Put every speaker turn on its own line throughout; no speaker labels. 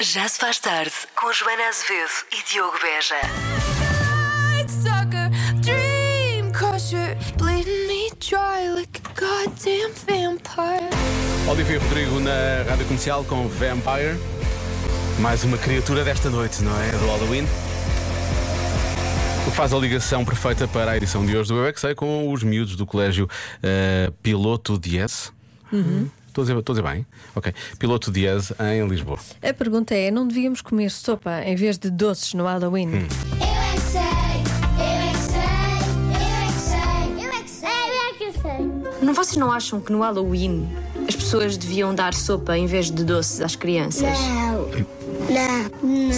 Já se faz tarde com Joana Azevedo e Diogo Beja.
night sucker, dream crusher, bleeding me dry like a goddamn vampire.
Olivia Rodrigo na rádio comercial com Vampire. Mais uma criatura desta noite, não é? Do Halloween. O que faz a ligação perfeita para a edição de hoje do Eu é Que Sei com os miúdos do colégio eh, Piloto Diez.
Uhum.
Estou a dizer- estou a dizer bem? Ok. Piloto Diez em Lisboa.
A pergunta é: não devíamos comer sopa em vez de doces no Halloween?
Hum.
Eu é que sei, eu é que sei, eu é que sei, eu é que sei, eu é que sei, eu é que sei.
Não, vocês não acham que no Halloween as pessoas deviam dar sopa em vez de doces às crianças?
Não, não, não.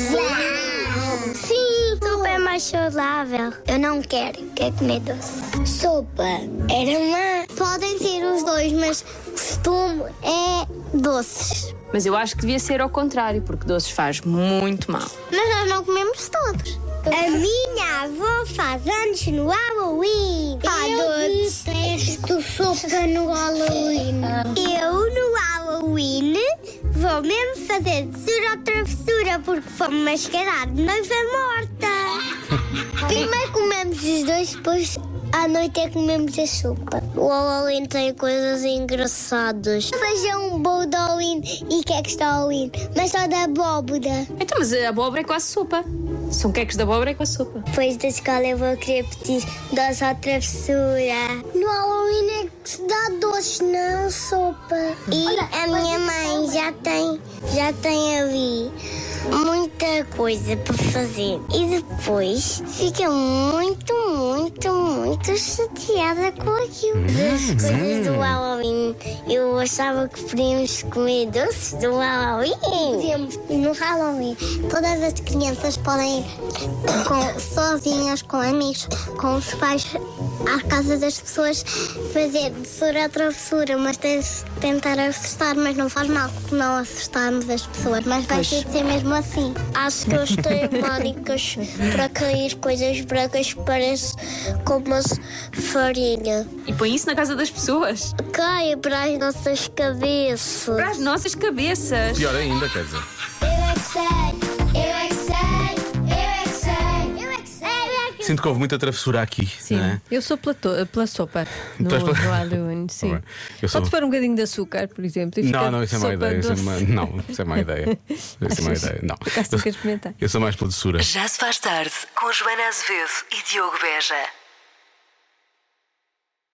Sim, sopa é mais saudável. Eu não quero, quero comer doce. Sopa era má. Podem ser os dois, mas costume é doces.
Mas eu acho que devia ser ao contrário, porque doces faz muito mal.
Mas nós não comemos todos. A minha avó faz anos no Halloween. Eu detesto sopa no Halloween. Eu no Halloween vou mesmo fazer desura ou travessura porque fomos mascarar de noiva morta. Primeiro comemos os dois, depois à noite é que comemos a sopa. O Halloween tem coisas engraçadas. Fazer um bolo de Halloween e é queques de Halloween, mas só da abóbora.
Então, mas a abóbora é quase sopa. São queques de abóbora é quase sopa.
Depois da escola eu vou querer pedir doce à travessura. No Halloween é que se dá doce, não é sopa. E a minha mãe já tem, já tem ali muita coisa para fazer. E depois fica muito, muito, muito chateada com aquilo. Das coisas do Halloween, eu achava que podíamos comer doces do Halloween. Podemos. No Halloween, todas as crianças podem ir com, sozinhas, com amigos, com os pais, à casa das pessoas, fazer doçura à travessura, mas tem tentar assustar, mas não faz mal se não assustarmos as pessoas, mas vai ter de ser mesmo assim. Acho que os teimónicos para cair coisas brancas parece como farinha.
E põe isso na casa das pessoas.
Cai para as nossas cabeças.
Para as nossas cabeças.
Pior ainda, quer dizer.
Eu é que sei, eu é que sei, eu é que sei, eu é que sei, eu é que
Sinto que houve muita travessura aqui.
Sim,
não é?
eu sou pela, to- pela sopa no,
Tu és pela- Tá
no Halloween, sim.
bem, eu sou-
Pode pôr um bocadinho de açúcar, por exemplo. e
Não,
fica
não, isso é má
sopa
ideia. Isso é
doce. assim
má-
um
não, isso é má ideia. Isso é má
Achas?
ideia. Não.
Por acaso nunca experimentei.
Eu sou mais pela doçura.
Já se faz tarde com Joana Azevedo e Diogo Beja.